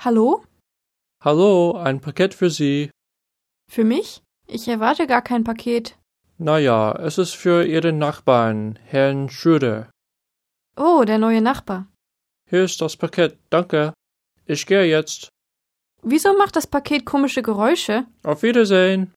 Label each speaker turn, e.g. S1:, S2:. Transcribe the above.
S1: Hallo?
S2: Hallo, ein Paket für Sie.
S1: Für mich? Ich erwarte gar kein Paket.
S2: Naja, es ist für Ihren Nachbarn, Herrn Schröder.
S1: Oh, der neue Nachbar.
S2: Hier ist das Paket, danke. Ich gehe jetzt.
S1: Wieso macht das Paket komische Geräusche?
S2: Auf Wiedersehen.